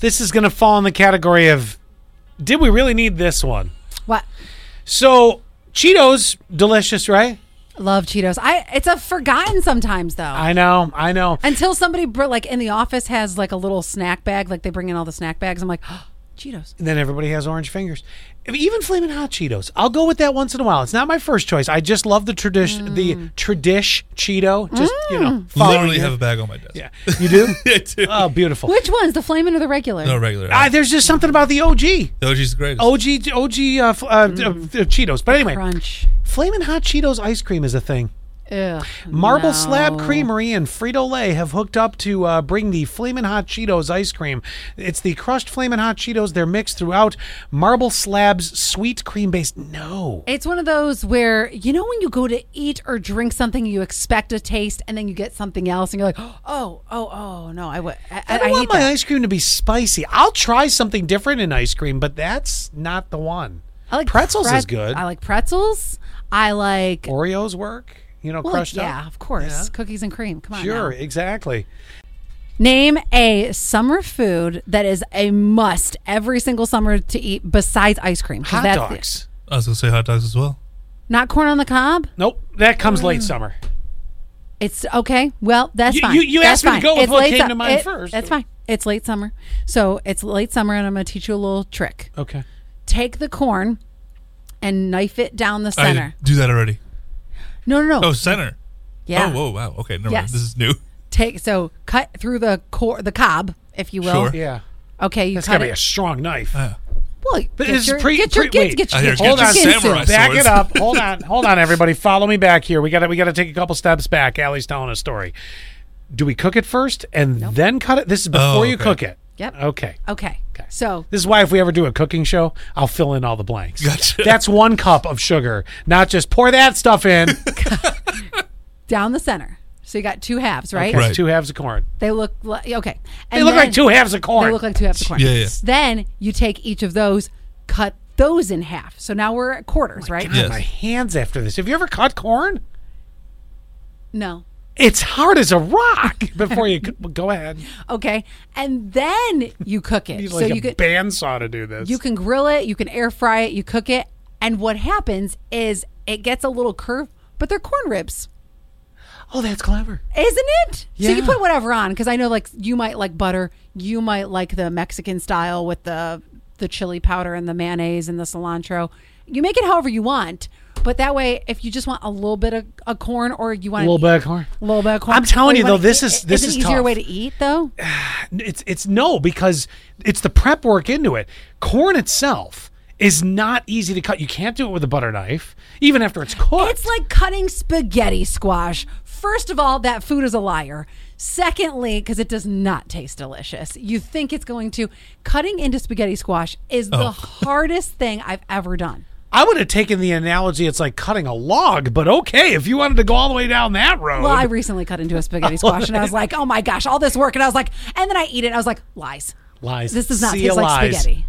This is going to fall in the category of did we really need this one? What? So, Cheetos, delicious, right? Love Cheetos. I it's a forgotten sometimes though. I know, I know. Until somebody br- like in the office has like a little snack bag, like they bring in all the snack bags. I'm like, oh, Cheetos. And then everybody has orange fingers. Even flaming hot Cheetos. I'll go with that once in a while. It's not my first choice. I just love the tradition, the tradish Cheeto. Just you know, following Literally it. have a bag on my desk. Yeah, you do. I do. oh, beautiful. Which one's the flaming or the regular? no regular. Ah, there's just something about the OG, the OG's the greatest. OG, OG uh, f- uh, d- uh, Cheetos. But anyway, Crunch. flaming hot Cheetos ice cream is a thing. Ugh, Marble no. Slab Creamery and Frito Lay have hooked up to uh, bring the Flamin' Hot Cheetos ice cream. It's the crushed Flamin' Hot Cheetos. They're mixed throughout Marble Slab's sweet cream based. No. It's one of those where you know when you go to eat or drink something, you expect a taste, and then you get something else, and you're like, oh, oh, oh, no, I would. I, I, I, I want hate my that. ice cream to be spicy. I'll try something different in ice cream, but that's not the one. I like pretzels pret- is good. I like pretzels. I like. Oreos work. You know, well, crushed yeah, up. of course. Cookies and cream. Come on. now. Sure, exactly. Name a summer food that is a must every single summer to eat besides ice cream. 'cause Hot that's the- dogs. I was gonna say hot dogs as well. not corn on the cob. Nope, that comes Mm. late summer. It's okay. Well, that's You- fine. you- you asked That's me to fine. go with It's what late came sum- to mind it- first. That's fine. It's late summer. So it's late summer, and I'm going to teach you a little trick. Okay. Take the corn and knife it down the I center. do that already. no, no, no. Oh, center. yeah. Oh, whoa, wow. Okay, never Yes. mind. This is new. Take so cut through the cor- the cob, if you will. Sure. Yeah. Okay, you That's got cut to be it. a strong knife. Ah. well, But get it's your, pre- get your pre- kids, wait. get I your, hear- get hold your on, kids samurai. to. Ba- back swords. it up. Hold on, hold on, everybody. Follow me back here. We got to we got to take a couple steps back. Allie's telling a story. Do we cook it first and then cut it? This is before Oh, you okay. cook it. Yep. Okay. Okay. So This is why if we ever do a cooking show, I'll fill in all the blanks. Gotcha. That's one cup of sugar, not just pour that stuff in. down the center. So you got two halves, right? Right. It's two halves of corn. They look like okay. They And look then- like two halves of corn. They look like two halves of corn. Yeah, yeah. Then you take each of those, cut those in half. So now we're at quarters, right? God, Yes. Oh my hands after this. Have you ever cut corn? No. It's hard as a rock before you c- go ahead. Okay. And then you cook it. You need so like you a can bandsaw to do this. you can grill it, you can air fry it, you cook it, and what happens is it gets a little curve, but they're corn ribs. oh, that's clever. Isn't it? So you Yeah. put whatever on because I know like you might like butter, you might like the Mexican style with the the chili powder and the mayonnaise and the cilantro. You make it however you want, but that way, if you just want a little bit of a corn or you want A little bit of corn. a little bit of corn. I'm telling or you, wanna though, this eat- is- this it is an easier tough. way to eat though. it's it's no because it's the prep work into it. Corn itself is not easy to cut. You can't do it with a butter knife, even after it's cooked. It's like cutting spaghetti squash. First of all, that food is a liar. Secondly, because it does not taste delicious. You think it's going to. Cutting into spaghetti squash is Oh. the hardest thing I've ever done. I would have taken the analogy. It's like cutting a log, but okay, if you wanted to go all the way down that road, Well, I recently cut into a spaghetti squash and I was like, oh my gosh, all this work. And I was like, and then I eat it. And I was like, lies. Lies. This does not Sea taste of like lies. spaghetti.